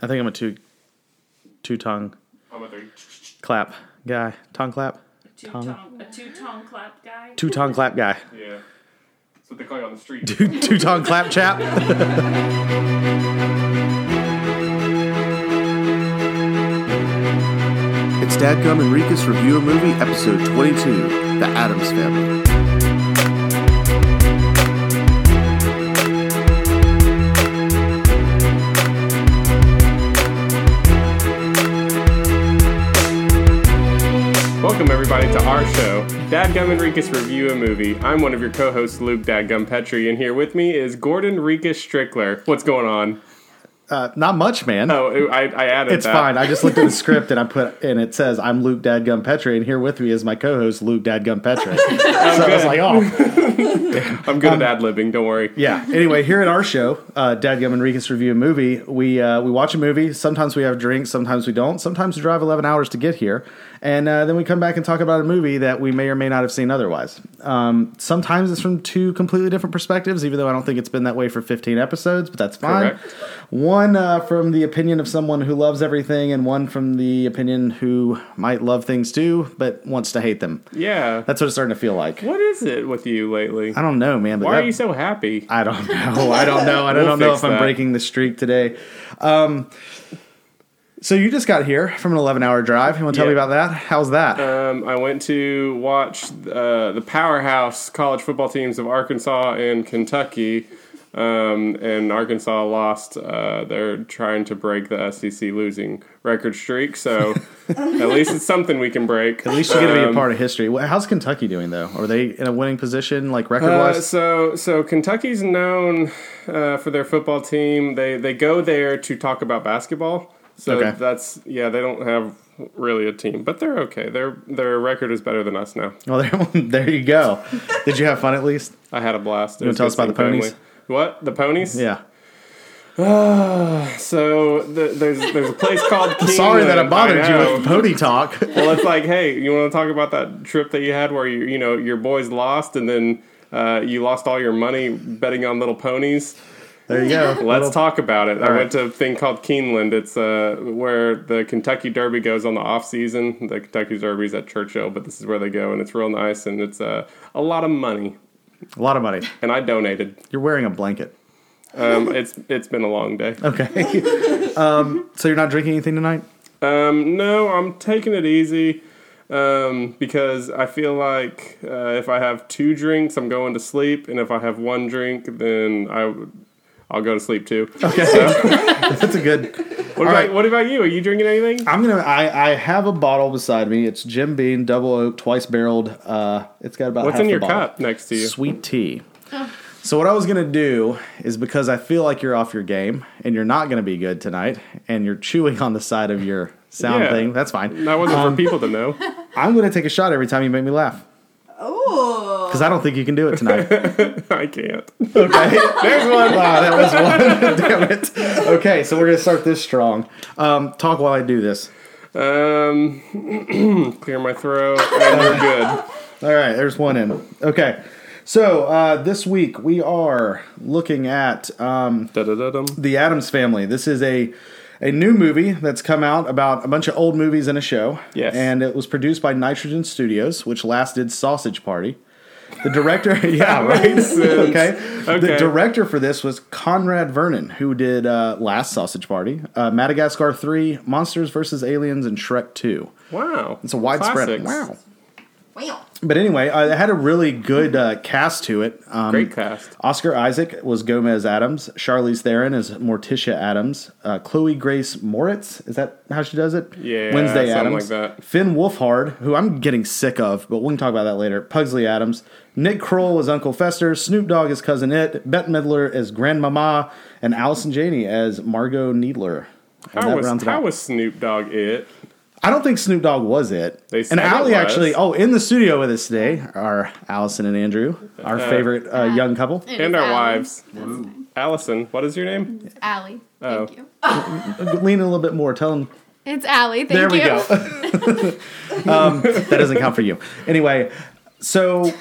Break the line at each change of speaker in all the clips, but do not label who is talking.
I think I'm a two two tongue
I'm a three.
clap guy. Tongue clap.
Two
Tongue.
tongue, a two tongue clap guy.
Two tongue clap guy.
Yeah. That's what they call you on the street.
two tongue clap chap.
It's Dadgum Enriquez Review a Movie, Episode 22 The Adams Family.
Welcome everybody to our show, Dadgum Enriquez Review a Movie. I'm one of your co-hosts, Luke Dadgum Petrie, and here with me is Gordon Rikus Strickler. What's going on?
Uh, not much, man.
Oh, I, I added
It's
that.
fine. I just looked at the script and I put and it says I'm Luke Dadgum Petrie and here with me is my co-host Luke Dadgum Petrie. so I was like, oh
I'm
Um,
good at ad-libbing, don't worry.
yeah. Anyway, here at our show, uh, Dadgum Enriquez review a movie. We uh, we watch a movie. Sometimes we have drinks. Sometimes we don't. Sometimes we drive 11 hours to get here, and uh, then we come back and talk about a movie that we may or may not have seen otherwise. Um, sometimes it's from two completely different perspectives, even though I don't think it's been that way for 15 episodes, but that's fine.
Correct.
One uh, from the opinion of someone who loves everything, and one from the opinion who might love things too, but wants to hate them.
Yeah.
That's what it's starting to feel like.
What is it with you lately?
I don't know, man. But
Why
that-
are you so happy?
I don't know. I don't know. I
We'll
don't know
fix
if I'm
that.
breaking the streak today. Um, so you just got here from an 11 hour drive. You want to tell
Yeah.
me about that? How's that?
Um, I went to watch uh, the powerhouse college football teams of Arkansas and Kentucky, um, and Arkansas lost. Uh, they're trying to break the SEC losing record streak, so at least it's something we can break.
At least you're going to
um,
be a part of history. Well, How's Kentucky doing though? Are they in a winning position, like record
Uh,
wise?
so, so Kentucky's known uh, for their football team. They they go there to talk about basketball. So
Okay.
that's yeah. They don't have really a team, but they're okay. Their their record is better than us now.
well, there, there you go. Did you have fun at least?
I had a blast. You
wanna tell us about the ponies?
What the ponies? Ah,
Yeah.
So the, there's there's a place called. Kingwood.
Sorry that I bothered you
know.
with pony talk.
well, it's like, hey, you want to talk about that trip that you had where you you know your boys lost and then uh, you lost all your money betting on little ponies.
There you go.
Let's talk about it. I
right.
went to a thing called Keeneland. It's uh, where the Kentucky Derby goes on the off season. The Kentucky Derby's at Churchill, but this is where they go, and it's real nice, and it's uh, a lot of money.
A lot of money.
And I donated.
You're wearing a blanket.
Um, it's it's been a long day.
Okay. um, so you're not drinking anything tonight?
Um, no, I'm taking it easy um, because I feel like uh, if I have two drinks, I'm going to sleep, and if I have one drink, then I w- I'll go to sleep too.
Okay. That's a good.
What about
right.
what about you? Are you drinking anything?
I'm gonna. I, I have a bottle beside me. It's Jim Beam Double Oak Twice Barreled. Uh, it's got about
What's
half
in
the
your
bottle.
cup next to you?
Sweet tea. So what I was gonna do is because I feel like you're off your game and you're not gonna be good tonight, and you're chewing on the side of your sound
Yeah.
thing. That's fine.
That wasn't for people to know.
I'm gonna take a shot every time you make me laugh
Oh.
because I don't think you can do it tonight.
I can't.
Okay. There's one. Wow, that was one. Damn it. Okay, so we're gonna start this strong. Um, talk while I do this.
Um, clear my throat, and you're good.
All right, there's one in. Okay. So uh, this week we are looking at um,
Da-da-da-dum.
the Adams Family. This is a a new movie that's come out about a bunch of old movies and a show.
Yes.
And it was produced by Nitrogen Studios, which last did Sausage Party. The director, yeah, right.
Makes sense.
Okay. The
Okay.
director for this was Conrad Vernon, who did uh, Last Sausage Party, uh, Madagascar 3, Monsters vs. Aliens, and Shrek 2.
Wow,
It's a widespread.
Classics.
Wow.
Wow.
But anyway, uh, it had a really good uh, cast to it. Um,
Great cast.
Oscar Isaac was Gomez Adams. Charlize Theron is Morticia Adams. Uh, Chloe Grace Moritz is that how she does it?
Yeah,
Wednesday
something
Adams.
like that.
Finn Wolfhard, who I'm getting sick of, but we can talk about that later. Pugsley Adams. Nick Kroll is Uncle Fester. Snoop Dogg is Cousin It. Bette Midler is Grandmama, and Allison Janney as Margot Needler. And
How
that
was
rounds it
how
out.
was Snoop Dogg it?
I don't think Snoop Dogg was it.
They said
and
it
Allie
was.
actually, oh, in the studio with us today are Allison and Andrew, our favorite uh, young couple.
And our wives. Allison, what is your name?
Allie.
Oh.
Thank you.
Lean a little bit more. Tell them.
It's Allie. Thank
There
you.
we go. um, that doesn't count for you. Anyway, so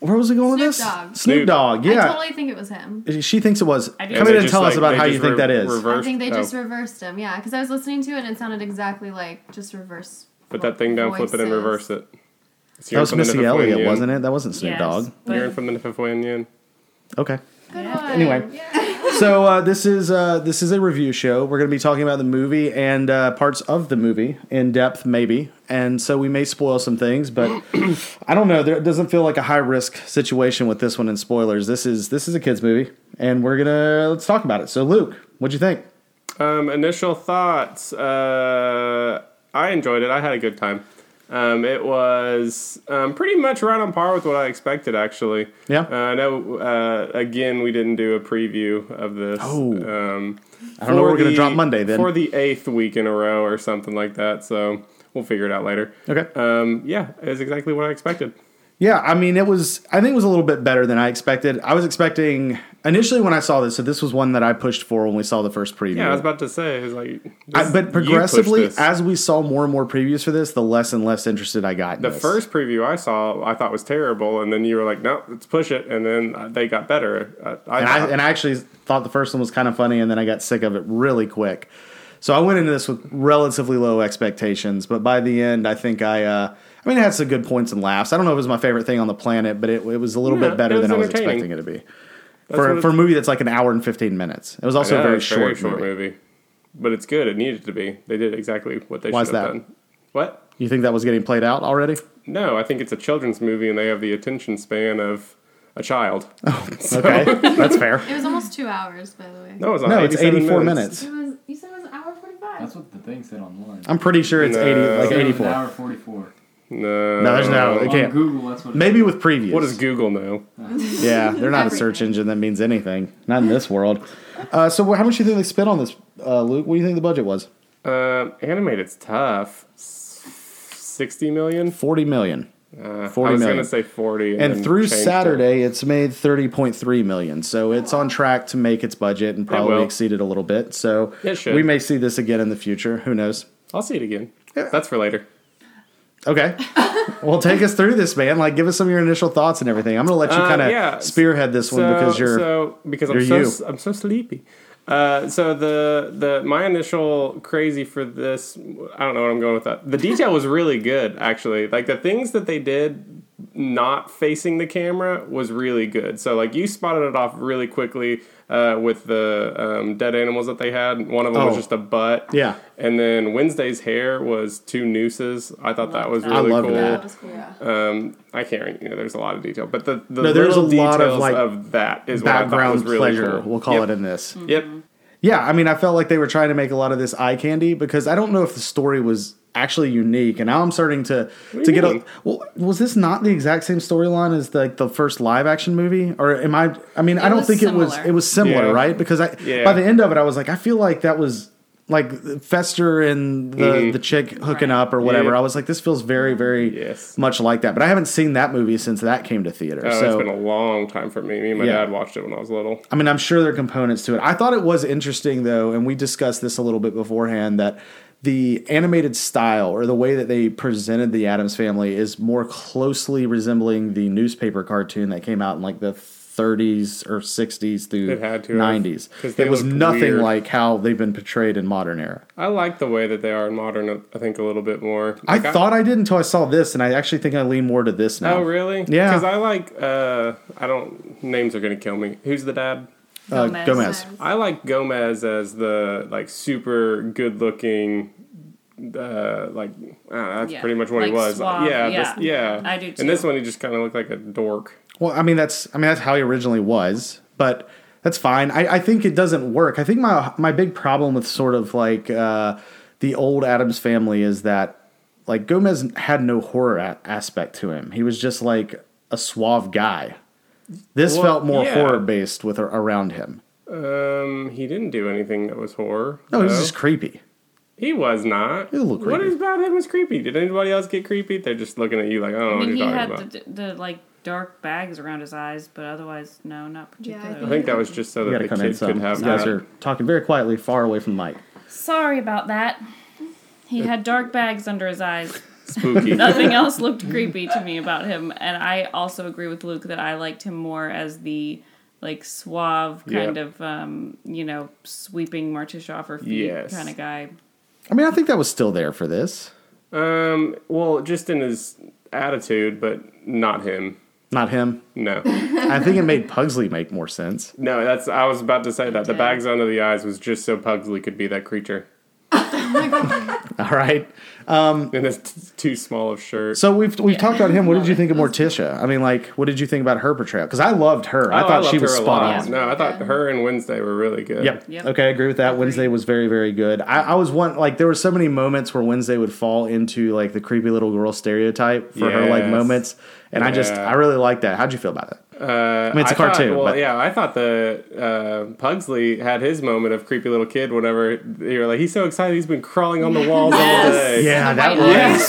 Where was it going with
Snoop
this?
Dogg.
Snoop
Snoop.
Dogg.
I
Yeah,
totally think it was him.
she thinks it was.
I
Come
do.
in
And
they
and
just,
tell us
like,
about
they
how you
just
think
re-
that is.
I
reversed-
think they
oh.
just reversed him. Yeah, because I was listening to it and it sounded exactly like just reverse.
Put that thing down, flip it, and
voices.
reverse it. It's
That was Missy Elliott, wasn't it? That wasn't Snoop
Yes,
Dogg.
but-
You're in from the Nifafwanian.
Okay.
Good
Yeah.
one.
Anyway. So uh, this is uh, this is a review show. We're going to be talking about the movie and uh, parts of the movie in depth, maybe. And so we may spoil some things, but I don't know. There it doesn't feel like a high risk situation with this one in spoilers. This is this is a kids movie, and we're gonna let's talk about it. So Luke, what'd you think?
Um, initial thoughts. Uh, I enjoyed it. I had a good time. Um, it was um, pretty much right on par with what I expected, actually.
Yeah.
Uh, I know. Uh, again, we didn't do a preview of this.
Oh.
Um,
I don't know. Where
for
we're gonna
the-
drop Monday then.
for the eighth week in a row or something like that. So we'll figure it out later.
okay.
Um, yeah, it was exactly what I expected.
Yeah, I mean, it was. I think it was a little bit better than I expected. I was expecting initially when I saw this. So this was one that I pushed for when we saw the first preview.
Yeah, I was about to say, it was like,
I-
this- you
but
pushed
progressively,
this.
as we saw more and more previews for this, the less and less interested I got. In
the
this.
first preview I saw, I thought was terrible, and then you were like, "No, let's push it," and then uh, they got better. Uh, I,
and I
thought-
and I actually thought the first one was kind of funny, and then I got sick of it really quick. So I went into this with relatively low expectations, but by the end, I think I. Uh, I mean, it had some good points and laughs. I don't know if it was my favorite thing on the planet, but it, it was a little
Yeah,
bit better
it was
than I was
entertaining.
expecting it to be.
what
For,
it-
for a movie that's like an hour and 15 minutes. It was also
Yeah,
a very,
it's a
short, movie.
but it's good. It needed to be. They did exactly what they
Why's
should have
that?
done. What?
You think that was getting played out already?
No, I think it's a children's movie, and they have the attention span of a child.
Okay, that's fair.
It was almost two hours, by the way.
No, it's,
No, it's 84 minutes.
It was. You said it was an hour forty-five. Oh,
That's what the thing said online.
I'm pretty sure it's
No.
80, like
It said it was
84.
An hour 44.
No,
No, there's no-
On
Okay.
Google, that's what it
Maybe with previews.
What does Google know?
Yeah, they're not a search
Everything.
engine that means anything. Not in this world. Uh, so, wh- how much do you think they spent on this, uh, Luke? What do you think the budget was?
Um, animated's tough. S- Sixty million.
Forty million.
Uh,
40
I was
million.
gonna say forty,
And
then
through
changed it.
Saturday, it's made thirty point three million. So it's on track to make its budget and probably
will.
exceed it a little bit. So
It should.
we may see this again in the future. Who knows?
I'll see it again.
Yeah.
That's for later.
Okay. well, take us through this, man. Like, give us some of your initial thoughts and everything. I'm going to let you
Uh,
kind of
yeah.
spearhead this one because you're.
so because I'm
you're
so
you.
s- I'm so sleepy. Uh, so the the my initial crazy for this I don't know what I'm going with that. The detail was really good actually. Like the things that they did not facing the camera was really good. So like you spotted it off really quickly uh, with the um, dead animals that they had. One of them
Oh.
was just a butt.
Yeah.
And then Wednesday's hair was two nooses. I thought that was
that.
I
really
loved
cool.
that.
That was cool.
Yeah.
Um, I can't. re- You know, there's a lot of detail, but the, the
No, there's
little
a lot of,
details
like,
that is what I thought was
background
really
pleasure,
cool.
we'll call
Yep.
it Mm-hmm. in this.
Yep. Oh,
Yeah, I mean, I felt like they were trying to make a lot of this eye candy because I don't know if the story was actually unique, and now I'm starting to
do
to
you
get a.
mean?
Well, was this not the exact same storyline as like the first live action movie, or am I? I mean, I don't
was
think it was.
similar.
It was similar,
Yeah.
right? Because I
Yeah.
by the end of it, I was like, I feel like that was like Fester and the the chick hooking
Right.
up or whatever.
Mm-hmm. Yeah.
I was like, this feels very very
Yes.
much like that, but I haven't seen that movie since that came to theater.
Oh,
so
it's been a long time for me. Me and my
Yeah.
dad watched it when I was little.
I mean, I'm sure there are components to it. I thought it was interesting though, and we discussed this a little bit beforehand that the animated style or the way that they presented the Adams family is more closely resembling the newspaper cartoon that came out in like the 30s or 60s through
It had to have,
90s.
'cause they
It was
looked
nothing
weird.
like how they've been portrayed in modern era.
I like the way that they are in modern. I think a little bit more. Like,
I thought I did until I saw this, and I actually think I lean more to this now.
Oh really?
Yeah.
Because I like. Uh, I don't. Names are gonna kill me. Who's the dad?
Uh,
Gomez.
Gomez.
I like Gomez as the like super good looking. Uh, like I don't know, that's
Yeah.
pretty much what he
Like
was.
suave,
yeah,
yeah.
This, yeah.
I do
And this
too.
one, he just kind of looked like a dork.
Well, I mean that's I mean that's how he originally was, but that's fine. I, I think it doesn't work. I think my my big problem with sort of like uh, the old Adams family is that like Gomez had no horror a- aspect to him. He was just like a suave guy. This
Well,
felt more
yeah.
horror based with around him.
Um, he didn't do anything that was horror.
No, he was
though.
just creepy.
He was not.
He was a little
What
creepy.
is about him was creepy? Did anybody else get creepy? They're just looking at you like, I don't know
I
what
mean,
you're
he
talking
had
about.
the, the like dark bags around his eyes, but otherwise, no, not
Yeah, I
particularly.
I think that was just so
You
that
gotta
the
come
kid
in
could
some. You
have
guys
that.
are talking very quietly, far away from the mic.
Sorry about that. He had dark bags under his eyes.
spooky.
Nothing else looked creepy to me about him. And I also agree with Luke that I liked him more as the like suave kind
Yeah.
of um, you know sweeping Martish off her feet
Yes.
kind of guy.
I mean, I think that was still there for this.
um, well, just in his attitude, but not him.
Not him.
No,
I think it made Pugsley make more sense.
no, that's I was about to say that the
did.
bags under the eyes was just so Pugsley could be that creature
All right.
in this t- too small of shirt.
So we've we've talked about him. What did you think of Morticia? I mean, like, what did you think about her portrayal? Because I loved her. I
Oh,
thought she
loved
was
her a
spot
lot.
on.
No, I thought her and Wednesday were really good.
Yep.
Yep.
Okay, I agree with that. Wednesday was very, very good. I, I was one like there were so many moments where Wednesday would fall into like the creepy little girl stereotype for her like
Yes.
moments, and I just
Yeah.
I really liked that. How'd you feel about it?
Uh,
mean, it's a
thought-
cartoon,
well,
but-
yeah, I thought the uh, Pugsley had his moment of creepy little kid. Whenever you were like, he's so excited, he's been crawling on the walls all day. Oh,
Yeah, that
white
was
eyes.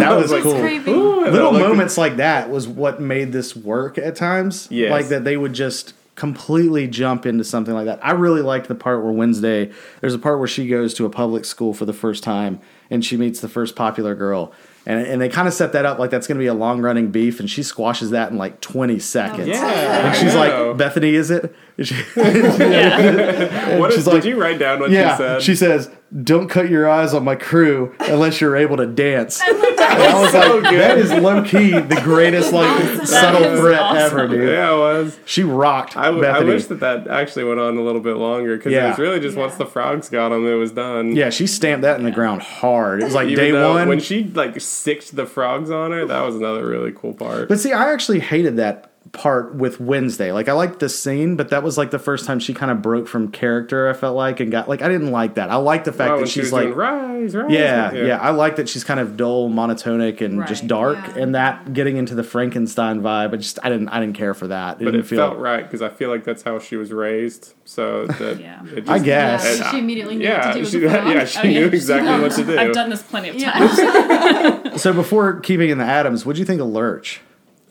that was
It's
cool.
creepy.
Little moments like that was what made this work at times.
Yes.
Like that they would just completely jump into something like that. I really liked the part where Wednesday there's a part where she goes to a public school for the first time and she meets the first popular girl. And, and they kind of set that up like that's going to be a long running beef, and she squashes that in like 20 seconds.
Yeah,
And
I
she's
know.
like, Bethany, is it? And she-
what
she's
is-
like-
did you write down what
yeah.
she said?
She says, Don't cut your eyes on my crew unless you're able to dance.
that was so good.
That is low key the greatest like subtle
is
threat
awesome.
ever, dude.
yeah, it was.
She rocked
I, w- I
Bethany.
wish that that actually went on a little bit longer because it
Yeah.
was really just once the frogs got him, it was done.
yeah, she stamped that in the ground hard. It was like
Even
day
though
one.
when she like sicked the frogs on her, that was another really cool part.
but see, I actually hated that part with Wednesday. Like I liked the scene, but that was like the first time she kind of broke from character. I felt like and got like I didn't like that. I like the fact
Oh, when
that
she
she's
was
like.
doing rise, rise.
yeah, yeah, I like that she's kind of dull, monotonic, and just
Right,
dark,
yeah.
and that getting into the Frankenstein vibe. I just, I didn't, I didn't care for that. It
but
didn't
it
feel.
felt right because I feel like that's how she was raised. So that
Yeah.
it just,
I guess.
Yeah, she immediately knew
yeah,
what to do with
she,
the frog.
yeah, she
Oh, yeah.
knew exactly what to do.
I've done this plenty of times.
Yeah.
So before keeping in the Adams, what do you think of Lurch?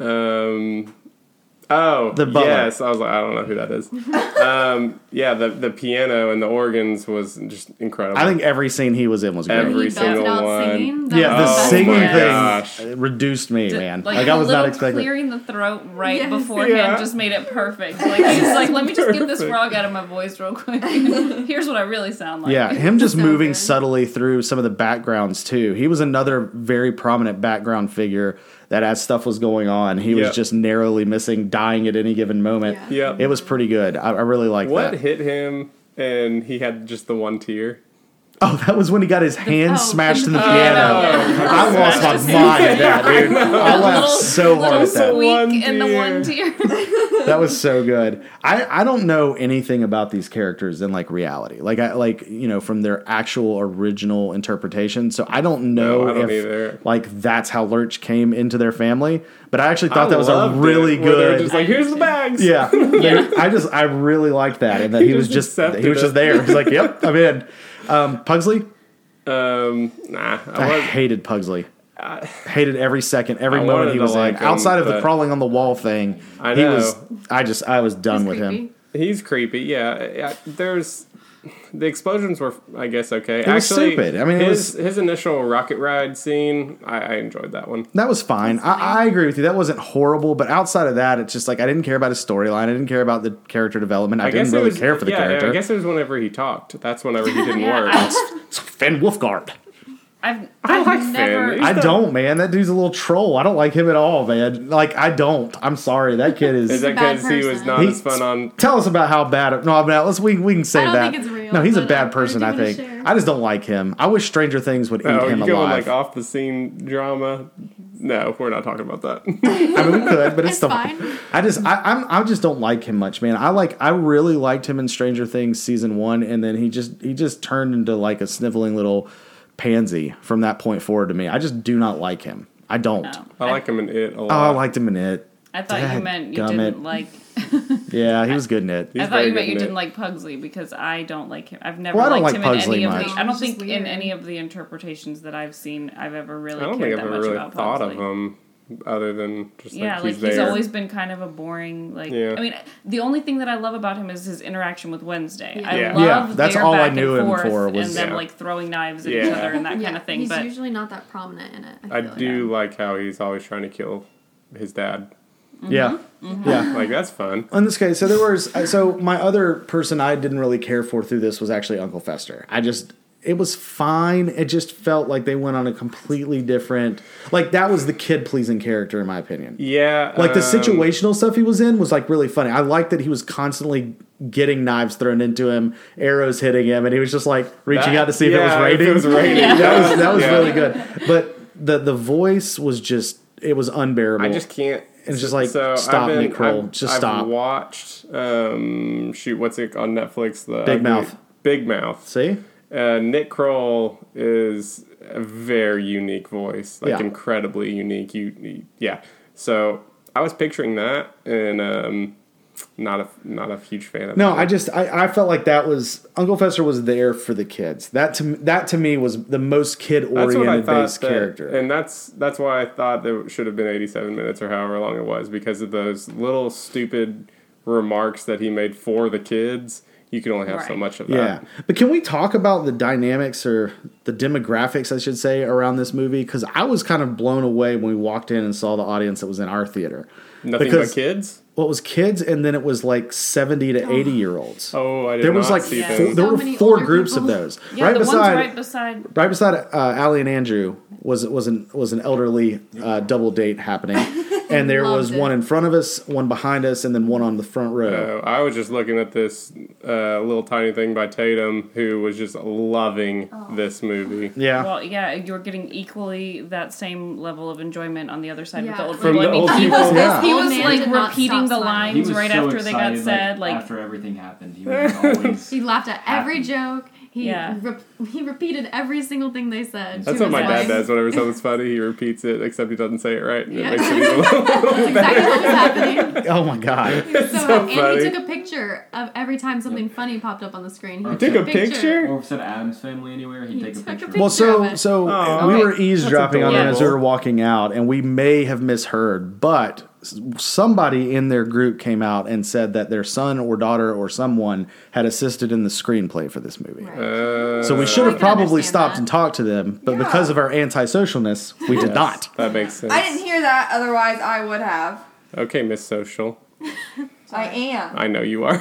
Um, oh,
The butler.
yes. I was like, I don't know who that is. um, yeah, the the piano and the organs was just incredible.
I think every scene he was in was great.
He
Every
belted
single
out
one.
Singing. That
Yeah,
was
the
best
singing
part.
my
thing
gosh.
reduced me,
D-
man.
Like,
Like, I was
a
not
little
expecting.
clearing the throat right
Yes.
beforehand
Yeah.
just made it perfect. Like he's like, let me just get this
Perfect.
frog out of my voice real quick. Here's what I really sound like.
Yeah, him just
So
moving
good.
subtly through some of the backgrounds too. He was another very prominent background figure that as stuff was going on, he
Yeah.
was just narrowly missing, dying at any given moment.
Yeah.
It was pretty good. I, I really like
what
that.
hit him, and he had just the one tear.
Oh, that was when he got his hand
oh,
smashed in the
yeah.
piano.
Oh.
I lost my mind at that, dude. I laughed so hard
Little
at that.
squeak
One
and the one tear.
that was so good. I, I don't know anything about these characters in like reality. Like I like you know from their actual original interpretation. So I don't know
No, I don't
if
either.
like that's how Lurch came into their family. But I actually thought
I
that was a
loved it,
really
where they were
good.
Just like here's the bags.
yeah, They- I just I really liked that, and that he, was
just
just he
accepted
was just
it.
there. He's like, "Yep, I'm in." Um, Pugsley,
Um. Nah. I
I
was.
hated Pugsley. hated every second, every
I
moment
wanted
he
to
was in.
like him,
Outside of the
but-
crawling on the wall thing,
I
he
know.
was. I just I was done
It's
with him.
creepy.
He's creepy. Yeah, I- there's the explosions were, I guess, okay.
was stupid. I mean, it
his his initial rocket ride scene, I, I enjoyed that one.
That was fine. I, I agree with you. That wasn't horrible, but outside of that, it's just like I didn't care about his storyline. I didn't care about the character development. I, didn't
it
really
was-
care for the
yeah,
character.
I guess it was whenever he talked. That's whenever he didn't
Yeah,
work.
I-
it's Finn Wolfgard.
I've,
I
I've
like Finn.
never.
He's
I
not-
don't, man. That dude's a little troll. I don't like him at all, man. Like I don't. I'm sorry. That kid is.
Is that
a bad
because he was
person.
not
He-
as fun on?
Tell us about how bad. No, I'm not. Let's we we can save
don't
that.
think it's real,
no, he's a
but uh,
bad
I- I
person.
do
I
wanna
think.
share.
I just don't like him. I wish Stranger Things would eat
Oh, you
him
going
alive.
like off the scene drama? No, we're not talking about that.
I mean, we could, but it's,
It's
the.
fine.
I just, I, I'm, I just don't like him much, man. I like, I really liked him in Stranger Things season one, and then he just, he just turned into like a sniveling little pansy from that point forward to me. I just do not like him. I don't.
No.
I like him in it a
Oh, I
lot.
liked him in it.
I thought you meant you
Dadgummit.
didn't like.
Yeah, he was good in it.
I
He's
thought
very
you
good
meant you
in
didn't
it.
like Pugsley because I don't like him. I've never
Well, I don't
liked
like
him
Pugsley
in any
much.
of the. I don't
He's just
think in
weird.
any of the interpretations that I've seen, I've ever really
I don't
cared
think I've
that
ever
much
really
about
thought
Pugsley.
of him other than just
yeah,
like he's
like he's
there.
always been kind of a boring like.
Yeah.
I mean, the only thing that I love about him is his interaction with Wednesday. I
Yeah.
love
Yeah, that's
their
all I
back
knew
and
him
forth
for was-
and them
Yeah.
like throwing knives at
Yeah.
each other and that
yeah,
kind of thing.
He's
But
usually not that prominent in it. I,
I
feel like.
do like how he's always trying to kill his dad.
Mm-hmm.
Yeah. Yeah.
Like that's fun.
In this case, so there was uh, so my other person I didn't really care for through this was actually Uncle Fester. I just it was fine. It just felt like they went on a completely different like that was the kid pleasing character in my opinion.
Yeah,
Like the
um,
situational stuff he was in was like really funny. I liked that he was constantly getting knives thrown into him, arrows hitting him, and he was just like reaching
That-
out to see
yeah,
if
It was raining.
that was that was
Yeah.
really good. But the the voice was just it was unbearable.
I just can't.
It's just like, stop, Nick Kroll.
I've-
Just
I've
stop.
watched um, shoot. What's it on Netflix? The
Big
Ugly-
Mouth.
Big Mouth.
see.
Uh, Nick Kroll is a very unique voice, like
Yeah.
incredibly unique. You, you- yeah. So I was picturing that, and um, not a not a huge fan of.
No,
it.
I just I, I felt like that was Uncle Fester was there for the kids. That to that to me was the most kid
That's what I
oriented
thought.
based
that-
character.
And uh, that's that's why I thought there should have been 87 minutes or however long it was because of those little stupid remarks that he made for the kids. You can only have so
Right.
much of
yeah,
that.
but can we talk about the dynamics or the demographics, I should say, around this movie? Because I was kind of blown away when we walked in and saw the audience that was in our theater.
Nothing
Because-
but kids.
Well, it was kids, and then it was like seventy to eighty year olds.
Oh, I did
there was
not
like
see
four,
those.
there
So
were
many
four
older
groups of
people.
those.
yeah,
right
the
beside
ones right beside
right beside uh, Allie and Andrew was was an was an elderly uh, double date happening, and there
Loved
was
it.
one in front of us, one behind us, and then one on the front row.
So I was just looking at this uh, little tiny thing by Tatum, who was just loving this movie.
yeah,
Well, yeah, you're getting equally that same level of enjoyment on the other side with the
Yeah.
old
From
people.
the
I mean,
old
he
people.
was,
Yeah.
he
Old
was
man
like
did not
repeating
stop
the
smiling.
lines
He
right
so
after they got
excited,
said. Like,
after everything happened, he was always.
He laughed at every joke. He
Yeah.
re- he repeated every single thing they said.
That's
to
what my
his
dad
wife.
does whenever something's funny. He repeats it, except he doesn't say it right, and
Yeah.
it makes it even a little
That's exactly what was happening.
oh my god,
He was so,
so
happy.
funny.
And he took a picture of every time something funny popped up on the screen. He
He
Take a picture.
Or if said Adam's family anywhere, he'd
He
take a
took a
picture.
picture.
Well, so
Damn it.
so
Aw.
we were
That's
eavesdropping on them as we were
adorable.
walking out, and we may have misheard, but s- somebody in their group came out and said that their son or daughter or someone had assisted in the screenplay for this movie.
Right.
Uh,
So we should
I
have
can
probably
understand
stopped
that.
and talked to them, but
Yeah.
because of our antisocialness, we did not.
That makes sense.
I didn't hear that, otherwise I would have.
Okay, Miss Social.
I am.
I know you are.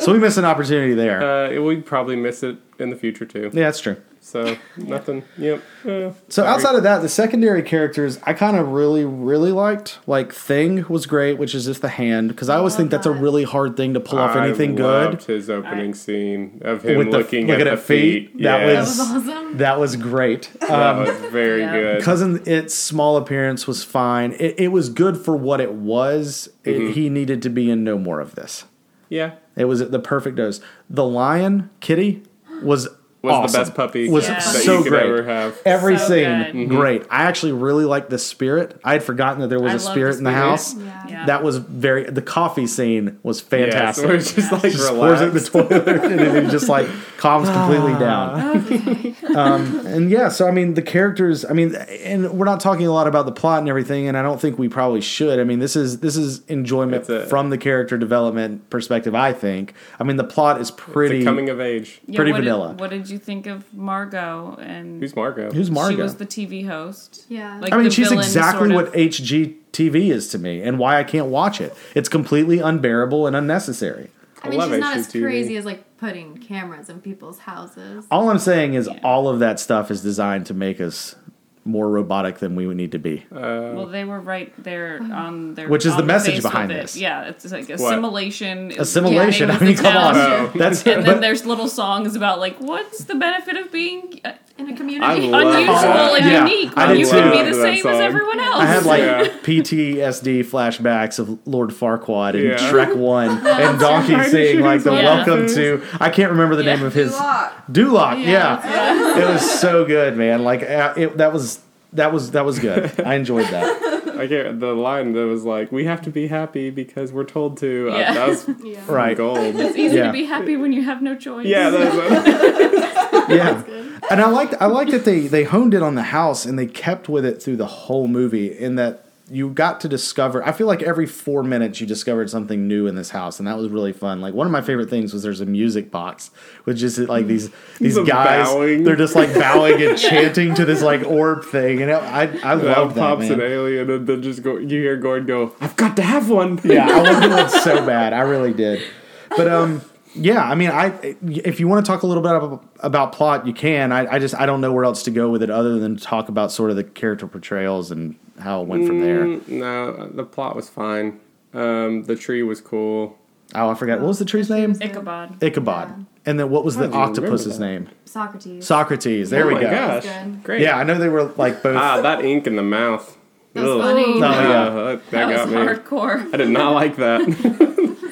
So we missed an opportunity there.
uh, we'd probably miss it in the future too.
yeah, that's true.
So nothing. Yep. Uh,
So outside of that, the secondary characters I kind of really, really liked. Like Thing was great, which is just the hand, because I always think that's a
that.
really hard thing to pull off anything
I
good.
loved his opening scene of him
With the-
looking, at, the feet.
That um,
Yes.
That was awesome.
That was great. Uh,
That was very
Yeah.
good.
Cousin, its small appearance was fine. It, it was good for what it was. It,
Mm-hmm.
He needed to be in no more of this.
yeah.
It was the perfect dose. The lion kitty was
Was
awesome.
the best puppy
Was
Yeah.
that
so
you could
great.
ever have.
Every
So
scene,
good.
Mm-hmm.
Mhm.
great. I actually really liked the spirit. I had forgotten that there was
I
a
love the
spirit in the
spirit.
house.
Yeah.
Yeah.
That was very. The coffee scene was
Yeah,
fantastic.
so we're just like
just pours it in the
relaxed.
toilet and then he just like calms completely down. um, and yeah, so I mean, the characters. I mean, and we're not talking a lot about the plot and everything, and I don't think we probably should. I mean, this is this is enjoyment
It's a-
from the character development perspective. I think. I mean, the plot is pretty.
The coming of age.
yeah,
pretty
what
vanilla.
Did, what did you think of Margot and
Who's Margot?
Who's Margo?
She was the TV host.
Yeah.
I mean,
the
she's
villain,
exactly
sort of.
what HGTV is to me, and why I can't watch it. It's completely unbearable and unnecessary.
I mean,
love
she's not as
HGTV.
crazy as like putting cameras in people's houses.
All I'm saying is, all of that stuff is designed to make us more robotic than we would need to be.
Uh,
Well, they were right there on their
Oh. Which is
on
the message
face
behind
of it.
this.
Yeah, it's like assimilation. is-
Assimilation.
yeah,
I
it was
mean,
the
come on.
town.
Oh.
That's
And then
but-
there's little songs about like, what's the benefit of being uh,
In a
I
community.
love
unusual
that.
and
Yeah,
unique
I
when
did
you can
too.
be the
That
same as
song.
everyone else?
I had like
Yeah.
PTSD flashbacks of Lord Farquaad and
Yeah.
Shrek One and Donkey
right.
Sing like the
Yeah.
Welcome to. I can't remember the name
Yeah.
of his
Lock.
Duloc. Yeah, it was so good, man. Like uh, it, that was that was that was good. I enjoyed that.
I can't, the line that was like, "We have to be happy because we're told to." Uh,
Yeah.
that was
Yeah.
Right.
gold.
it's easy
Yeah.
to be happy when you have no choice.
Yeah, that was,
Yeah. and I liked I liked that they they honed in on the house and they kept with it through the whole movie in that you got to discover I feel like every 4 minutes you discovered something new in this house and that was really fun. Like one of my favorite things was there's a music box with just like these these
The
guys
bowing.
they're just like bowing and chanting to this like orb thing and I I, I
Out
love that.
pops
Man.
an alien, and then just go. You hear Gord go, "I've got to have one."
yeah, I wanted one so bad. I really did. But um, yeah, I mean, I if you want to talk a little bit about, about plot, you can. I, I just I don't know where else to go with it other than to talk about sort of the character portrayals and how it went from there.
Mm, No, the plot was fine. Um, the tree was cool.
Oh, I forgot what was the tree's name?
Ichabod.
Ichabod. And then what was the
do you remember
octopus's
that?
name?
Socrates.
Socrates. There
oh
we
my
go.
gosh,
good.
great.
Yeah, I know they were like both.
Ah, that ink in the mouth.
That was
Ugh.
funny.
No.
Yeah,
Yeah.
that, that
That
got
was
me.
hardcore.
I did not like that.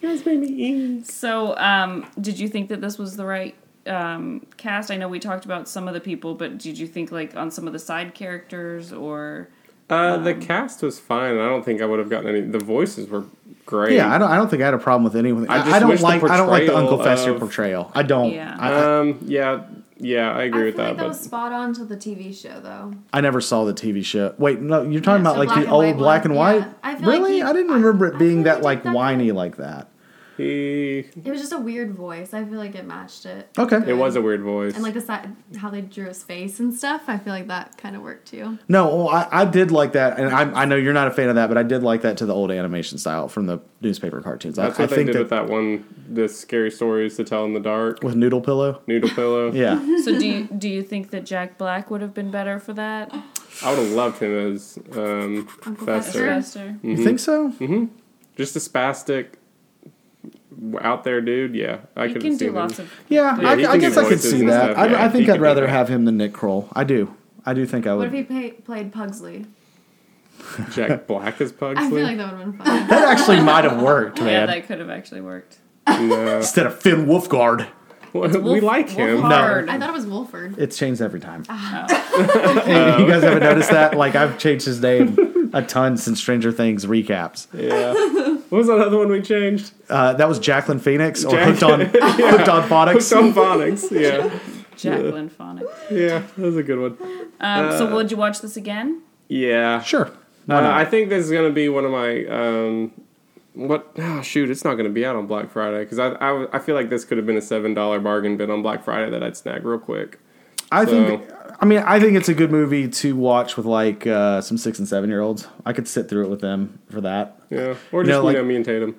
you guys made me ink.
So, um, did you think that this was the right um, cast? I know we talked about some of the people, but did you think like on some of the side characters or?
Uh, the
Um,
cast was fine. I don't think I would have gotten any. The voices were great.
yeah, I don't. I don't think I had a problem with anyone.
I
I,
just
I don't
wish the
like. I don't like the
portrayal
Uncle Fester
of-
portrayal. I don't.
Yeah.
I, I-
Um. Yeah. Yeah. I agree
I
with
feel
that.
like that
but
was spot on to the TV show though.
I never saw the TV show. Wait, no, you're talking
Yeah,
about
so
like
black
the
and white
old black
one.
and white.
Yeah. I feel like
really,
he-
I didn't remember
I-
it
I
being
feel
that like
like he did that
whiny like that.
he.
It was just a weird voice. I feel like it matched it.
Okay.
It was a weird voice.
And like the side, how they drew his face and stuff. I feel like that kind of worked too.
No, well, I, I did like that, and I, I know you're not a fan of that, but I did like that to the old animation style from the newspaper cartoons.
That's
I, I
what they
think
did
that
with that one. The scary stories to tell in the dark.
with Noodle Pillow.
Noodle pillow.
Yeah,
Mm-hmm.
So do you, do you think that Jack Black would have been better for that?
I would have loved him as um, Fester.
Uncle Fester.
Sylvester?
you think so?
Mm-hmm. Just a spastic, out there dude. Yeah, I
You
could
can
have seen
do
him.
lots of.
Yeah,
Yeah,
I,
he
I
can
guess
do
I could
voices
see
and
that.
stuff,
I,
yeah,
I
he
think
can
I'd
do
rather
that.
have him than Nick Kroll. I do. I do think I
What if
would.
he pay, played Pugsley?
Jack Black as Pugsley.
I feel like that would have been fun.
that actually might have worked,
Yeah,
man.
that could have actually worked.
no.
Instead of Finn Wolfgard,
we
Wolf-
like
No.
him.
Wolfhard.
I thought it was Wolford.
it's changed every time. Hey, you guys haven't noticed that? Like I've changed his name a ton since Stranger Things recaps.
Yeah. What was that other one we changed?
Uh, that was Jacqueline Phoenix or
Jack-
Hooked on Hooked on Phonics.
Some phonics. Yeah.
Jacqueline Phonic.
Yeah. That was a good one.
Um,
Uh,
so would you watch this again?
Yeah.
Sure.
Uh,
No, no.
I think this is gonna be one of my um, what? Oh, shoot, it's not gonna be out on Black Friday because I, I I feel like this could have been a seven dollar bargain bin on Black Friday that I'd snag real quick.
I think.
So-
I mean, I think it's a good movie to watch with like uh, some six and seven year olds. I could sit through it with them for that.
Yeah, or
You
just
know,
you know,
like-
me and Tatum.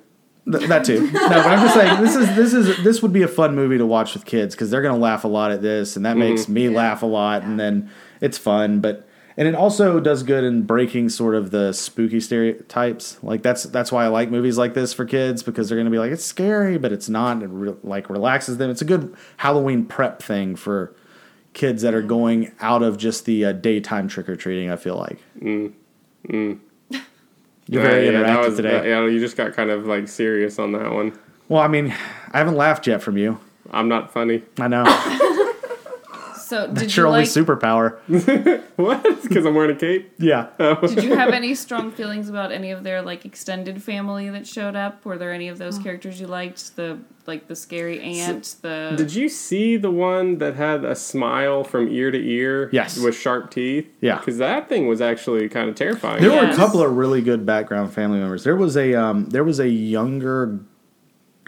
Th- that too. No, but I'm just saying this is this is this would be a fun movie to watch with kids because they're gonna laugh a lot at this, and that
Mm-hmm.
makes me laugh a lot, and then it's fun. But and it also does good in breaking sort of the spooky stereotypes. Like that's that's why I like movies like this for kids because they're gonna be like it's scary, but it's not. and It re- like relaxes them. It's a good Halloween prep thing for kids that are going out of just the uh, daytime trick or treating. I feel like. You're very
Uh, Mm. yeah, that
interactive
was-
today.
that- yeah, you just got kind of like serious on that one.
Well, I mean, I haven't laughed yet from you.
I'm not funny.
I know.
So did
It's
you
your only
like?
superpower.
What? Because I'm wearing a cape.
Yeah.
Oh.
did you have any strong feelings about any of their like extended family that showed up? Were there any of those characters you liked? The like the scary aunt, the
Did you see the one that had a smile from ear to ear?
Yes.
With sharp teeth?
Yeah.
Because that thing was actually kind of terrifying.
There were a
Yes.
couple of really good background family members. There was a um, there was a younger,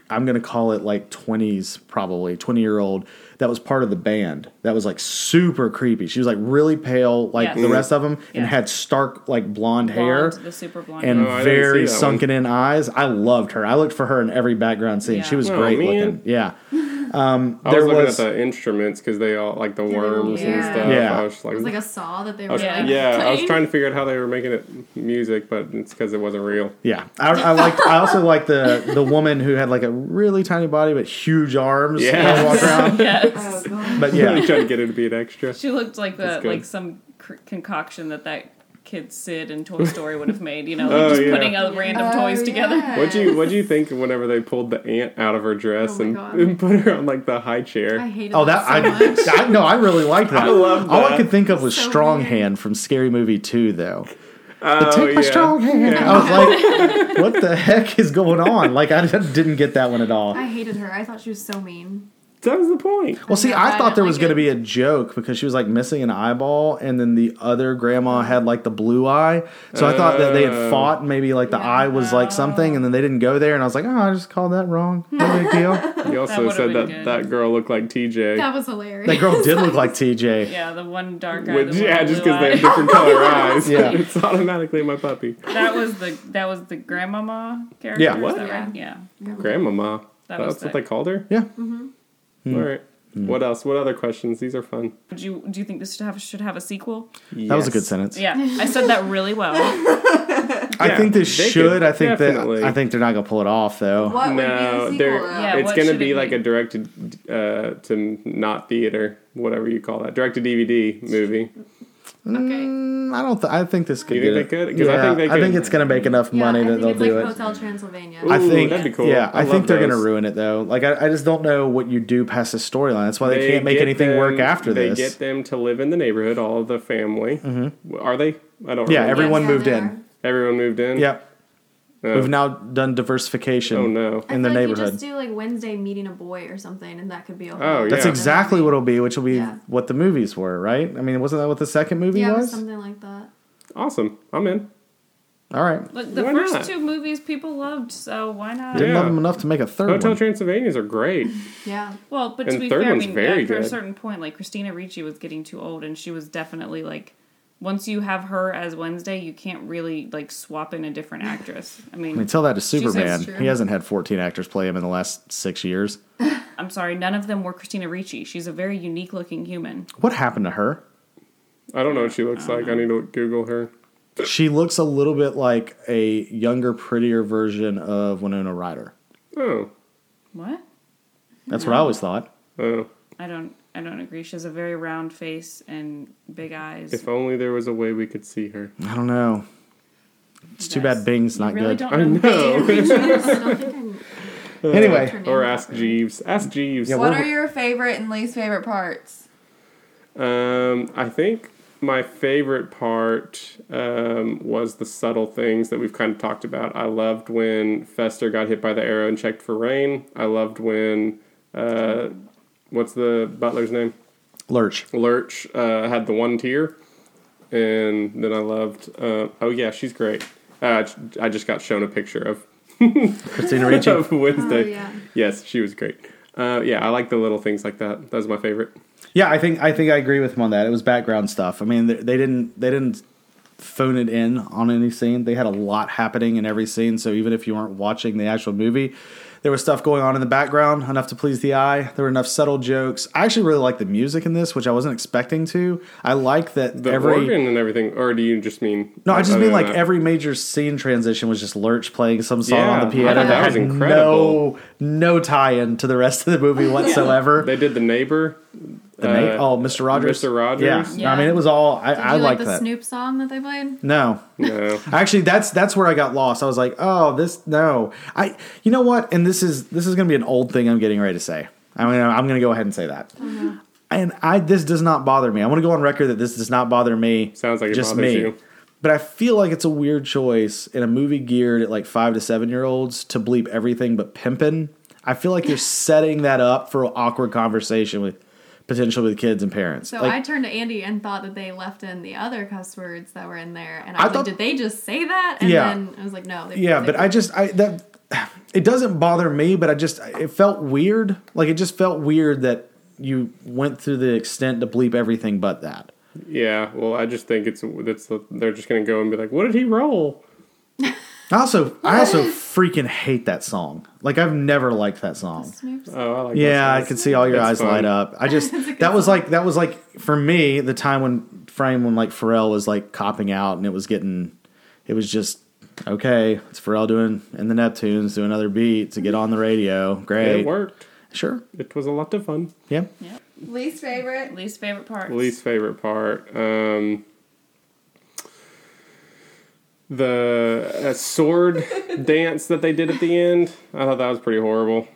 I'm gonna call it like 20s probably 20 year old that was part of the band that was like super creepy. She was like really pale like
Yes.
the rest of them and
Yeah.
had stark like blonde, hair
blonde, the super blonde,
and
Oh, I didn't
very
see that
sunken in eyes. I loved her. I looked for her in every background scene.
Yeah.
She was
Oh,
great
man.
looking. Yeah. Um,
I
there
was looking
was
at the instruments because they all like the
were
worms and
weird.
stuff.
Yeah.
I was just like,
It was like a saw that they
I
were
was-
like.
yeah, I was
playing.
trying to figure out how they were making it music, but it's because it wasn't real.
Yeah, I, I liked. I also liked the the woman who had like a really tiny body but huge arms.
Yeah.
Yeah, walk around.
yes.
Oh, God.
But
Yeah,
yeah,
trying to get it to be an extra.
She looked like the,
good.
like some cr- concoction that that kid Sid in Toy Story would have made. You know, like
Oh,
just
yeah.
putting uh, random
Oh,
toys together.
yeah.
What do you What do you think whenever they pulled the ant out of her dress
Oh
and,
my
and put her on like the high
I
chair?
hated
oh
that,
that I,
so much.
I no, I really liked that.
I love
All I
that.
could think of was
So
Strong
weird.
Hand from Scary Movie Two, though.
Oh,
Take my
yeah.
strong hand. I was like, what the heck is going on? Like I didn't get that one at all.
I hated her. I thought she was so mean.
That was the point.
Well, see,
know,
I
I
thought
didn't
there was
like
going to
it.
be a joke because she was like missing an eyeball, and then the other grandma had like the blue eye. So I thought that they had
Oh.
fought, and maybe like the eye was like something, and then they didn't go there. And I was like, oh, I just called that wrong. No big deal.
You also
would've
said that
been good.
that girl looked like TJ.
That was hilarious.
That girl did look like TJ.
Yeah, the one dark eye.
Which,
the one
yeah, just
blue
because they have
eye.
different color eyes.
Yeah.
it's automatically my puppy.
that was the that was the grandmama character.
Yeah.
is
What?
that right? Yeah.
Grandmama.
That was
That's what
the-
they called her?
Yeah.
All right. What else? What other questions? These are fun.
Do you do you think this should have should have a sequel?
That was a good sentence.
Yeah, I said that really well.
I
Yeah,
think this
they
should.
could
I think
definitely-
that I think they're not going to pull it off though.
What would be the
No,
sequel,
they're-
though?
Yeah.
it's
what
going to
should
be
it
like
be?
a directed uh, to not theater, whatever you call that, direct to DVD movie.
okay.
Mm, I don't. Th- I think this could.
You think
get
they
it.
could? 'Cause I
Yeah,
think they could.
it's going to make enough money
yeah, I
that
think
they'll
it's
do
like
it.
Hotel Transylvania.
I
Ooh,
think
that'd be cool.
Yeah, I,
I
think
love
they're going to
those.
ruin it though. Like I, I just don't know what you do past the storyline. That's why they, can't make
get
anything
them-
work after
they
this.
get them to live in the neighborhood, all of the family. Are they? I don't
yeah,
remember.
everyone
Yeah,
moved
they
in.
Everyone moved in?
Yep,
Oh.
we've now done diversification.
oh, no.
I
in their
feel like You
neighborhood.
just do like Wednesday meeting a boy or something, and that could be a whole
Oh, yeah.
That's exactly what it'll be, which will be
Yeah.
what the movies were, right? I mean, wasn't that what the second movie
yeah,
was?
something like that.
Awesome. I'm in.
All right,
Look, the
Why
first
not?
two movies people loved, so why not?
didn't
Yeah.
love them enough to make a third
Hotel
one.
Transylvanias are great.
Yeah,
Well, but
And
to
the
be
third
fair, I
one's
mean,
very
after
good.
a certain point, like Christina Ricci was getting too old, and she was definitely like, once you have her as Wednesday, you can't really like swap in a different actress. I
I mean,
mean,
tell that to Superman.
true.
He hasn't had 14 actors play him in the last six years.
I'm sorry, none of them were Christina Ricci. She's a very unique looking human.
What happened to her?
I don't know what she looks like. I need to Google her.
She looks a little bit like a younger, prettier version of Winona Ryder.
Oh.
What?
That's what I always thought.
Oh.
I don't. I don't agree. She has a very round face and big eyes.
If only there was a way we could see her.
I don't know. It's too
Yes.
bad Bing's
You
not
really
good.
don't know.
I don't think I'm
Anyway,
Or ask Jeeves. Ask Jeeves.
Yeah,
What
we're-
are your favorite and least favorite parts?
Um, I think my favorite part um, was the subtle things that we've kind of talked about. I loved when Fester got hit by the arrow and checked for rain. I loved when uh, what's the butler's name?
Lurch.
Lurch uh, had the one tear, and then I loved. Uh, oh yeah, she's great. Uh, I just got shown a picture of
Christina Ricci.
of Wednesday.
Oh, yeah.
Yes, she was great. Uh, yeah, I like the little things like that. That was my favorite.
Yeah, I think I think I agree with him on that. It was background stuff. I mean, they, they didn't they didn't phone it in on any scene. They had a lot happening in every scene, so even if you weren't watching the actual movie, there was stuff going on in the background enough to please the eye. There were enough subtle jokes. I actually really like the music in this, which I wasn't expecting to. I like that
The
every
organ and everything, or do you just mean?
No, I just
other
mean
than
like
that?
every major scene transition was just Lurch playing some song
Yeah,
on the
I
piano
thought
that,
that was
had no
incredible.
no tie-in to the rest of the movie whatsoever.
They did the neighbor.
The na-
uh,
oh, Mr. Rogers.
Mr. Rogers.
Yeah. No, I mean, it was all I,
Did
I
you like
like
the
that.
Snoop song that they played?
no.
No.
Actually, that's that's where I got lost. I was like, "Oh, this no." I You know what? And this is this is going to be an old thing I'm getting ready to say. I mean, I'm going to go ahead and say that.
Uh-huh.
And I this does not bother me. I want to go on record that this does not bother me.
Sounds like it
just
bothers
me.
you.
But I feel like it's a weird choice in a movie geared at like 5 to 7 year olds to bleep everything but pimpin'. I feel like you're setting that up for an awkward conversation with potentially with kids and parents.
So
Like-
I turned to Andy and thought that they left in the other cuss words that were in there, and
I
I, was
thought-
like, did they just say that? And
Yeah.
then I was like, no. They
Yeah,
they-
but I just I that it doesn't bother me, but I just it felt weird. Like it just felt weird that you went through the extent to bleep everything but that.
Yeah. Well, I just think it's that's they're just gonna go and be like, what did he roll?
I also I also freaking hate that song. Like I've never liked that song.
Snoop song.
Oh, I like.
Yeah, I
that
could see all your
It's
eyes
fun.
light up. I just that was like that was like for me the time when frame when like Pharrell was like copping out and it was getting it was just okay. It's Pharrell doing and the Neptunes doing another beat to get on the radio.
song.
Great,
It worked.
sure,
It was a lot of fun.
yeah.
Least favorite?
Least favorite parts.
Least favorite part. Um, the uh, sword dance that they did at the end. I thought that was pretty horrible.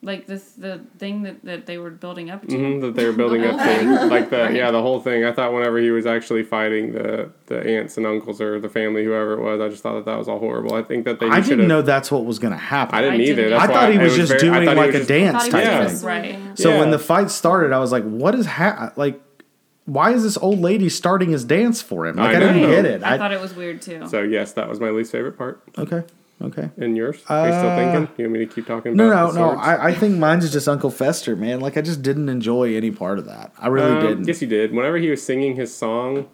like the the thing that, that they were building up to.
Mm-hmm.
hmm that they were building up to, like the yeah, the whole thing. I thought whenever he was actually fighting the the aunts and uncles or the family, whoever it was, I just thought that that was all horrible. I think that they
I
should
didn't
have.
know that's what was going to happen.
I didn't
I
either.
didn't
That's
I thought
why
he
it
was just
very- I
doing
thought he
like
was
a
just-
dance
Thought
type
he was
Yeah.
thing.
just
Right.
right.
So
Yeah.
when the fight started, I was like, "What is ha- like? Why is this old lady starting his dance for him? Like I,
I
didn't
know.
get it.
I,
I,
thought it was weird too.
So yes, that was my least favorite part.
okay, okay.
And yours? Are you still
Uh,
thinking? You want me to keep talking?
No,
about
no,
the
no.
swords?
I, I think mine's is just Uncle Fester, man. Like I just didn't enjoy any part of that. I really
Um,
didn't.
Yes, he did. Whenever he was singing his song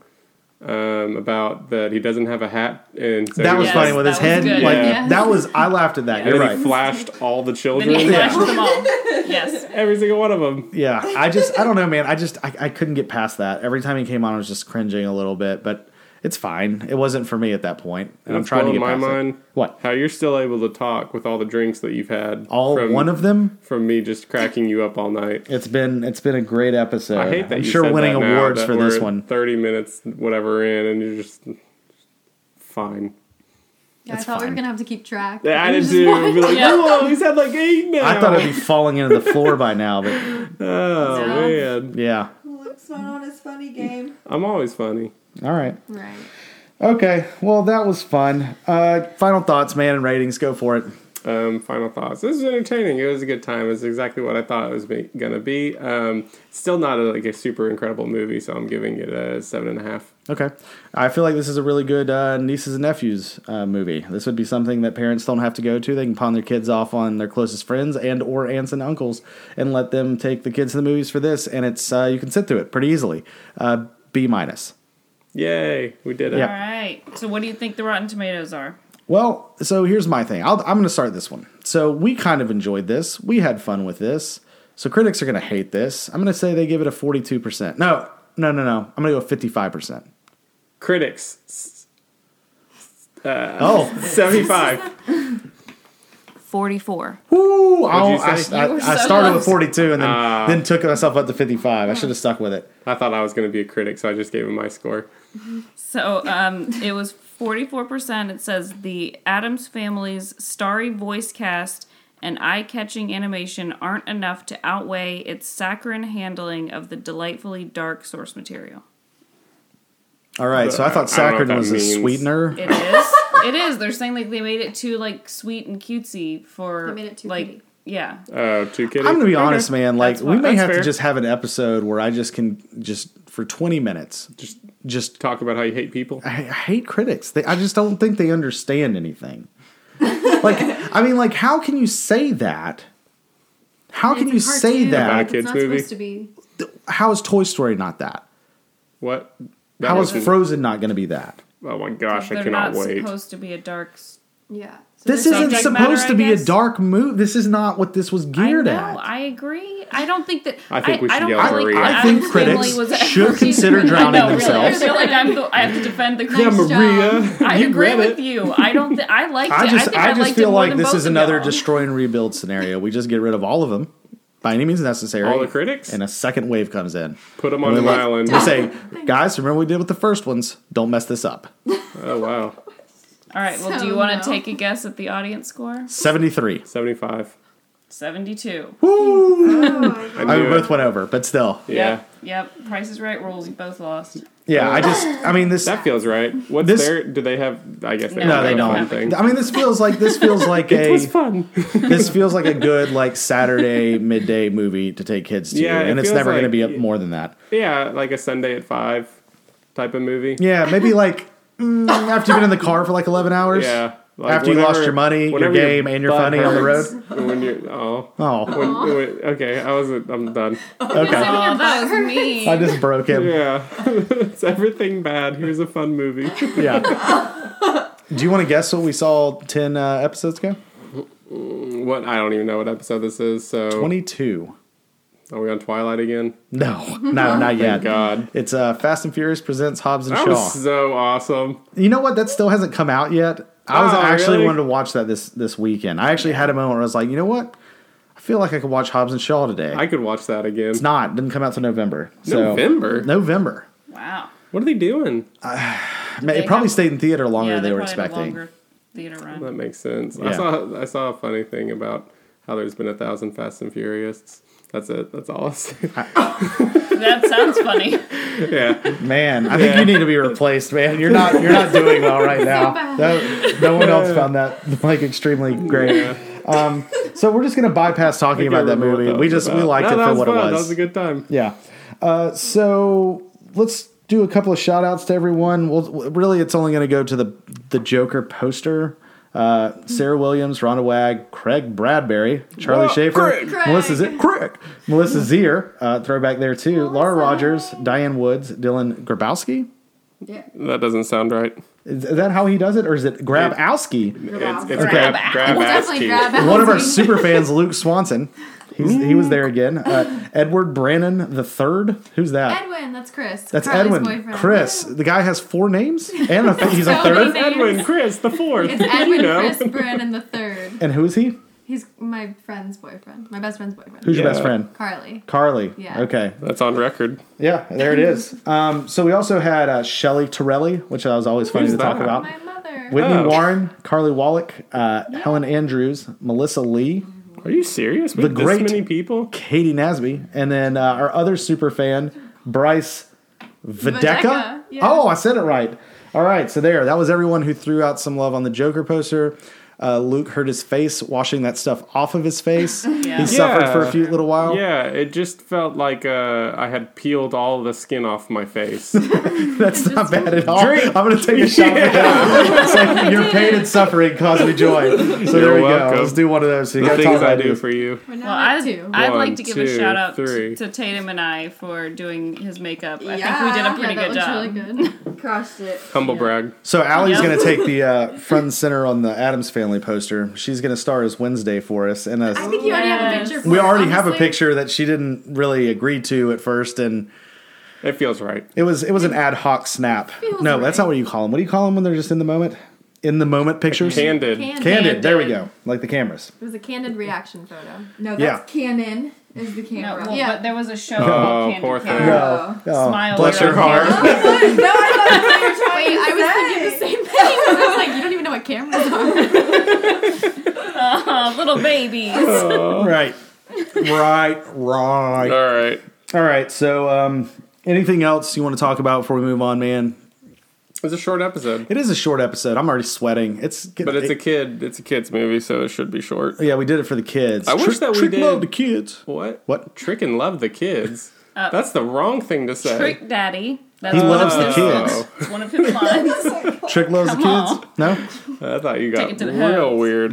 um, about that he doesn't have a hat, and so
that
he
was
Yes,
funny with his
that was
head.
good.
Like
Yeah.
that was. I laughed at that.
and
You're
then
right.
he flashed all the
Then he
children,
flashed them all. Yes.
every single one of them.
yeah, I just. I don't know, man. I just. I, I couldn't get past that. Every time he came on, I was just cringing a little bit, but. It's fine. It wasn't for me at that point, and I'm
It's
trying to get
blowing
past
my
it.
mind.
What?
How you're still able to talk with all the drinks that you've had?
All one of them?
from me just cracking you up all night.
It's been it's been a great episode.
I hate that.
am
you
sure
said
winning
that now
awards
that
for
we're
this
at
one.
Thirty minutes, whatever, in, and you're just fine.
Yeah, I
It's
thought we
fine.
were gonna have to keep track.
Yeah, I
It
did
was
too.
just one-
I'd Be like,
Yeah.
whoa, he's had like eight now.
I thought I'd be falling into the floor by now, but
Oh
No.
man,
yeah.
Luke's not on his funny game.
I'm always funny.
All right.
Right.
Okay. Well, that was fun. Uh, final thoughts, man, and ratings. Go for it.
Um, final thoughts. This was entertaining. It was a good time. It's exactly what I thought it was be- gonna be. Um, still not a, like a super incredible movie, so I'm giving it a seven and a half.
Okay. I feel like this is a really good uh, nieces and nephews uh, movie. This would be something that parents don't have to go to. They can pawn their kids off on their closest friends and or aunts and uncles, and let them take the kids to the movies for this. And it's uh, you can sit through it pretty easily. Uh, B minus.
Yay, we did it.
Yeah.
All right. So what do you think the Rotten Tomatoes are?
Well, so here's my thing. I'll, I'm going to start this one. So we kind of enjoyed this. We had fun with this. So critics are going to hate this. I'm going to say they give it a 42%. No, no, no, no. I'm going to go 55%.
Critics, s-
Oh,
seventy-five.
Forty-four.
woo! I,
What'd you say?
I-
You were
I
so
started with
close.
42 and then,
Ah.
then took myself up to 55. I should have stuck with it.
I thought I was gonna be a critic, so I just gave him my score.
So um, it was 44%. It says the Adams family's starry voice cast and eye catching animation aren't enough to outweigh its saccharine handling of the delightfully dark source material.
All right. So I thought
I don't know what
Saccharin
that
was a
means.
sweetener.
It is. it is. They're saying like they made it too like sweet and cutesy for
They made it too
like
pretty.
yeah.
Oh, two kitty.
I'm gonna be honest, man. Like
That's
we
fine.
may
That's
have to
fair.
just have an episode where I just can just for 20 minutes
Just
just
talk about how you hate people.
I, I hate critics. They, I just don't think they understand anything. like, I mean, like, how can you say that? How can
It's
you
a
say
cartoon.
that?
About a
It's
kids
not
movie?
supposed to be.
How is Toy Story not that?
What? That
How is
wasn't-
Frozen not going to be that?
Oh my gosh, I
They're
cannot
not
wait.
supposed to be a dark s-
Yeah. So
This
there's
isn't
subject
supposed
matter,
to
I
be a
guess?
dark movie. This is not what this was
I
geared
know,
at.
I agree. I don't think that.
I think we should
don't
yell
feel
for
like
Maria.
the
I
think
Addams family
critics
was
should
ever-
consider drowning
I know, really. I
themselves.
feel like I'm the, I have to defend the
Yeah,
critics.
Maria.
I
You
agree
read
with
it.
you. I don't. Th- I liked
I
it.
just,
I, think
I,
liked
just
it
feel
more
like
than
this
both
is
of
another
y'all.
destroy and rebuild scenario. We just get rid of all of them by any means necessary.
All the critics?
and a second wave comes in.
Put them on
we
an
like-
island.
We say, guys, remember what we did with the first ones. Don't mess this up.
Oh wow,
All right. Well, do you
So
want to
no.
take a guess at the audience score?
Seventy-three.
seventy-five.
Seventy-two.
Woo!
I
I mean,
knew
both
it.
went over, but still.
Yeah.
Yep. Yep. Price is right. Rules. You both lost.
Yeah, I just, I mean, this.
That feels right. What's
This-
their? Do they have? I guess they
No,
no,
have
they
a fun
don't.
Thing.
I mean, this feels like this feels like
It
a
was fun.
this feels like a good like Saturday midday movie to take kids to,
Yeah, it
and it's
feels
never going to
like-
be up more than that.
yeah, like a Sunday at five type of movie.
Yeah, maybe like mm, after you've been in the car for like eleven hours.
Yeah. Like
After you lost your money, your
whenever
game, and your
butt
funny on the
hurts, When you're oh.
Oh,
When- when- okay, I was I'm done.
okay.
Oh, that was me.
I just broke him.
Yeah, it's everything bad. Here's a fun movie.
Yeah. Do you want to guess what we saw ten uh, episodes ago?
what I don't even know what episode this is. So
Twenty-two.
are we on Twilight again?
No, no, not yet.
God.
It's uh, Fast and Furious presents Hobbs and
That
Shaw.
was so awesome.
You know what? That still hasn't come out yet. I was
Oh,
actually
really?
wanted to watch that this this weekend. I actually had a moment where I was like, you know what? I feel like I could watch Hobbs and Shaw today.
I could watch that again.
it's not. It didn't come out till November. So
November?
November.
Wow.
What are they doing?
I mean, it
They
probably
have-
stayed in theater longer
Yeah,
than they were
probably had a
expecting.
longer Theater run.
That makes sense. I
Yeah.
saw I saw a funny thing about how there's been a thousand Fast and Furious. That's it. That's all. I'll say.
That sounds funny.
yeah.
Man, I think you need to be replaced, man. You're not you're not doing well right now. That- no one else found that like extremely great. Um, so we're just gonna bypass talking about that movie. We just we liked it
that
for
was
what
fun.
it was.
That was a good time.
Yeah. Uh, so let's do a couple of shout outs to everyone. Well, really, it's only going to go to the the Joker poster. Uh, Sarah Williams, Rhonda Wag, Craig Bradbury, Charlie
Whoa,
Schaefer,
Craig.
Craig.
Melissa Z- Craig, Melissa Zier, uh, throwback there too. Laura Rogers, Diane Woods, Dylan Grabowski.
That doesn't sound right.
Is that how he does it, or is it Grabowski?
It's, it's
Okay.
grab,
Grab
grab
We'll
ass
definitely
key.
grab out.
One of our super fans, Luke Swanson. He's, he was there again. Uh, Edward Brannon the third. Who's that?
Edwin, that's Chris.
That's
Carly's
Edwin.
boyfriend.
Chris. The guy has four names, and a th- he's a
So
third.
many.
Edwin, Chris, the fourth.
It's Edwin,
you know.
Chris, Brandon the third.
And who is he?
He's my friend's boyfriend. My best friend's boyfriend.
Who's your
Yeah.
best friend?
Carly.
Carly.
Yeah.
Okay.
That's on record.
Yeah, there it is. Um, so we also had uh, Shelly Torelli, which I was always funny
Who's
to talk
that?
about.
My mother.
Whitney
Oh.
Warren, Carly Wallach, uh, Helen Andrews, Melissa Lee,
Are you serious? With
The great-
this many people?
Katie Nasby, and then uh, our other super fan, Bryce Videka.
Videka, yeah.
Oh, I said it right. All right, so there. That was everyone who threw out some love on the Joker poster. Uh, Luke hurt his face washing that stuff off of his face. He suffered for a few little while.
Yeah, it just felt like uh, I had peeled all the skin off my face.
That's not bad at all. I'm going to take a shot with that. It's like, your pain and suffering cause me joy. So there we go.
welcome.
Let's do one of those. So you
the
gotta talk
things I
about
do
these.
for you.
We're now
Well,
at
I'd,
two.
I'd
One,
like to give a
two,
shout out t-
three.
to Tatum and I for doing his makeup. I think we did
Yeah.
a pretty
yeah,
good
that
job.
looks really good.
Crushed it.
Humble brag.
So Allie's
Yep.
gonna take the uh, front and center on the Adams Family poster. She's gonna star as Wednesday for us, and
I
uh
think you already have a
Yes.
picture. For
we
it,
already have a
honestly.
picture that she didn't really agree to at first, and
It feels right.
it was it was an ad hoc snap.
Feels
No, that's
right.
not what you call them. What do you call them when they're just in the moment? In the moment pictures.
Candid.
Candid.
Candid. There we
Candid.
go. Like the cameras.
It was a candid reaction photo.
No,
Yeah.
that's Canon is the
No,
camera.
well,
Yeah.
but there was a show
Oh,
called Candy
poor
Cat.
thing. No.
Oh.
Oh,
Smile
bless
your
your heart.
no, I thought
Wait,
you were
I
trying
was thinking the same thing. I was like, you don't even know what cameras are.
Aw, Oh, little babies.
right. Right. Right.
All right.
All right. So, um, anything else you want to talk about before we move on, man?
It's a short episode,
It is a short episode. I'm already sweating. It's
but it's a kid. It's a kids movie, so it should be short.
Yeah, we did it for the kids.
I wish
Trick-
that we
trick
did-
love the kids.
What?
What?
Trick and love the kids. That's the wrong thing to say.
Uh, Trick Daddy. That's
He
one
loves
of
the
his,
kids.
It's one of his lines.
Oh.
Trick loves the
Come
kids. No,
I thought you
Take
got
it to the
real
house.
weird.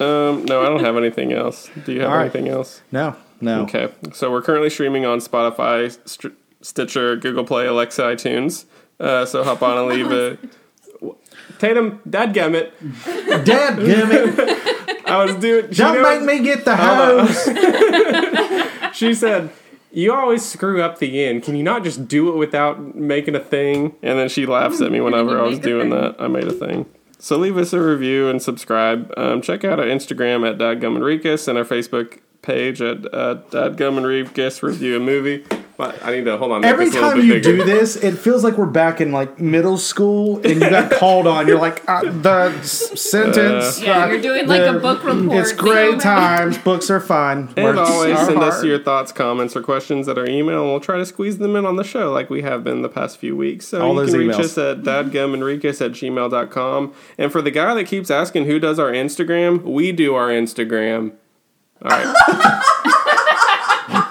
Um, no, I don't have anything else. Do you have
All right.
anything else?
no, no.
Okay, so we're currently streaming on Spotify, St- Stitcher, Google Play, Alexa, iTunes. Uh, so hop on and leave a. Tatum, dadgummit.
Dad, damn it!
I was doing. She,
Don't
knows-
make me get the hose.
she said, You always screw up the end. Can you not just do it without making a thing? And then she laughs at me whenever I was doing that. I made a thing. So leave us a review and subscribe. Um, check out our Instagram at Dadgum Enriquez and our Facebook page at uh, Dadgum Enriquez Review a Movie. But I need to hold on. make
Every
this a little
time
bit
you
bigger.
do this, it feels like we're back in like middle school, and you got called on. You're like uh, the s- sentence.
Yeah,
uh,
you're doing like
the-
a book report.
It's great times. Books are fun.
And always
are
send us
hard.
your thoughts, comments, or questions at our email, and we'll try to squeeze them in on the show like we have been the past few weeks. So
All
you
those
can reach
emails.
us at dadgumenriquez at gmail.com. And for the guy that keeps asking who does our Instagram, we do our Instagram. All right.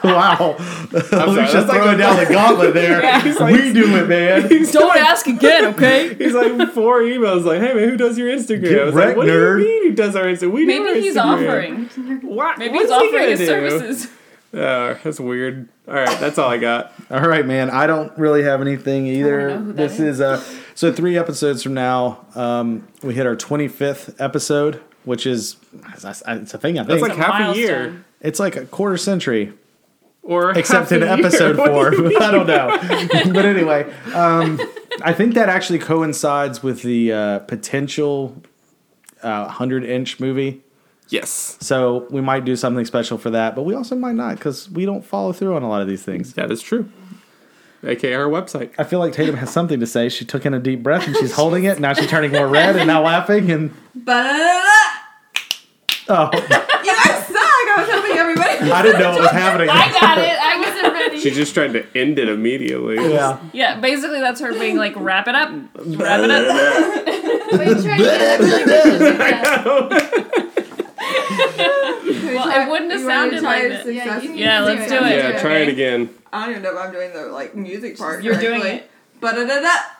Wow. Luke's just
that's like
throwing
a-
down the gauntlet there.
He's like-
we do it, man.
He's
Don't
like,
ask again, okay?
He's like four emails, like, hey man, who does your Instagram?
Get
I was
wrecked,
like, what
nerd."
do you mean who does our Instagram? We do our
Maybe he's
Instagram."
offering.
What?
Maybe
What's
he's
he
offering
gonna
his
do?
services.
Uh, that's weird. All right, that's all I got.
All right, man. I don't really have anything either.
know who that
This is uh so three episodes from now, um, we hit our 25th episode, which is it's a thing I think.
That's like
a
half a
milestone.
year.
it's like a quarter century,
Or
except
half
in
a
episode
year.
four. I don't know, but anyway, um, I think that actually coincides with the uh, potential uh, hundred inch movie
Yes.
So we might do something special for that, but we also might not because we don't follow through on a lot of these things.
That is true. AKA our website.
I feel like Tatum has something to say. She took in a deep breath and she's holding it. Now she's turning more red and now laughing. And
Ba-da-da-da-da.
oh,
You are happening, everybody.
I didn't know what was happening.
I got it.
I
I was
wasn't ready.
She just tried to end it immediately.
Yeah.
yeah. Basically, that's her being like, wrap it up, wrap it up.
But you tried to get it, like, you should do that.
Well, it wouldn't have
You wanna
sounded
try
like
it
that.
successfully?
you-
Yeah, let's do it.
Yeah, try
okay?
it again.
I don't even know if I'm doing the like music part.
You're doing
correctly.
it.
Ba-da-da-da.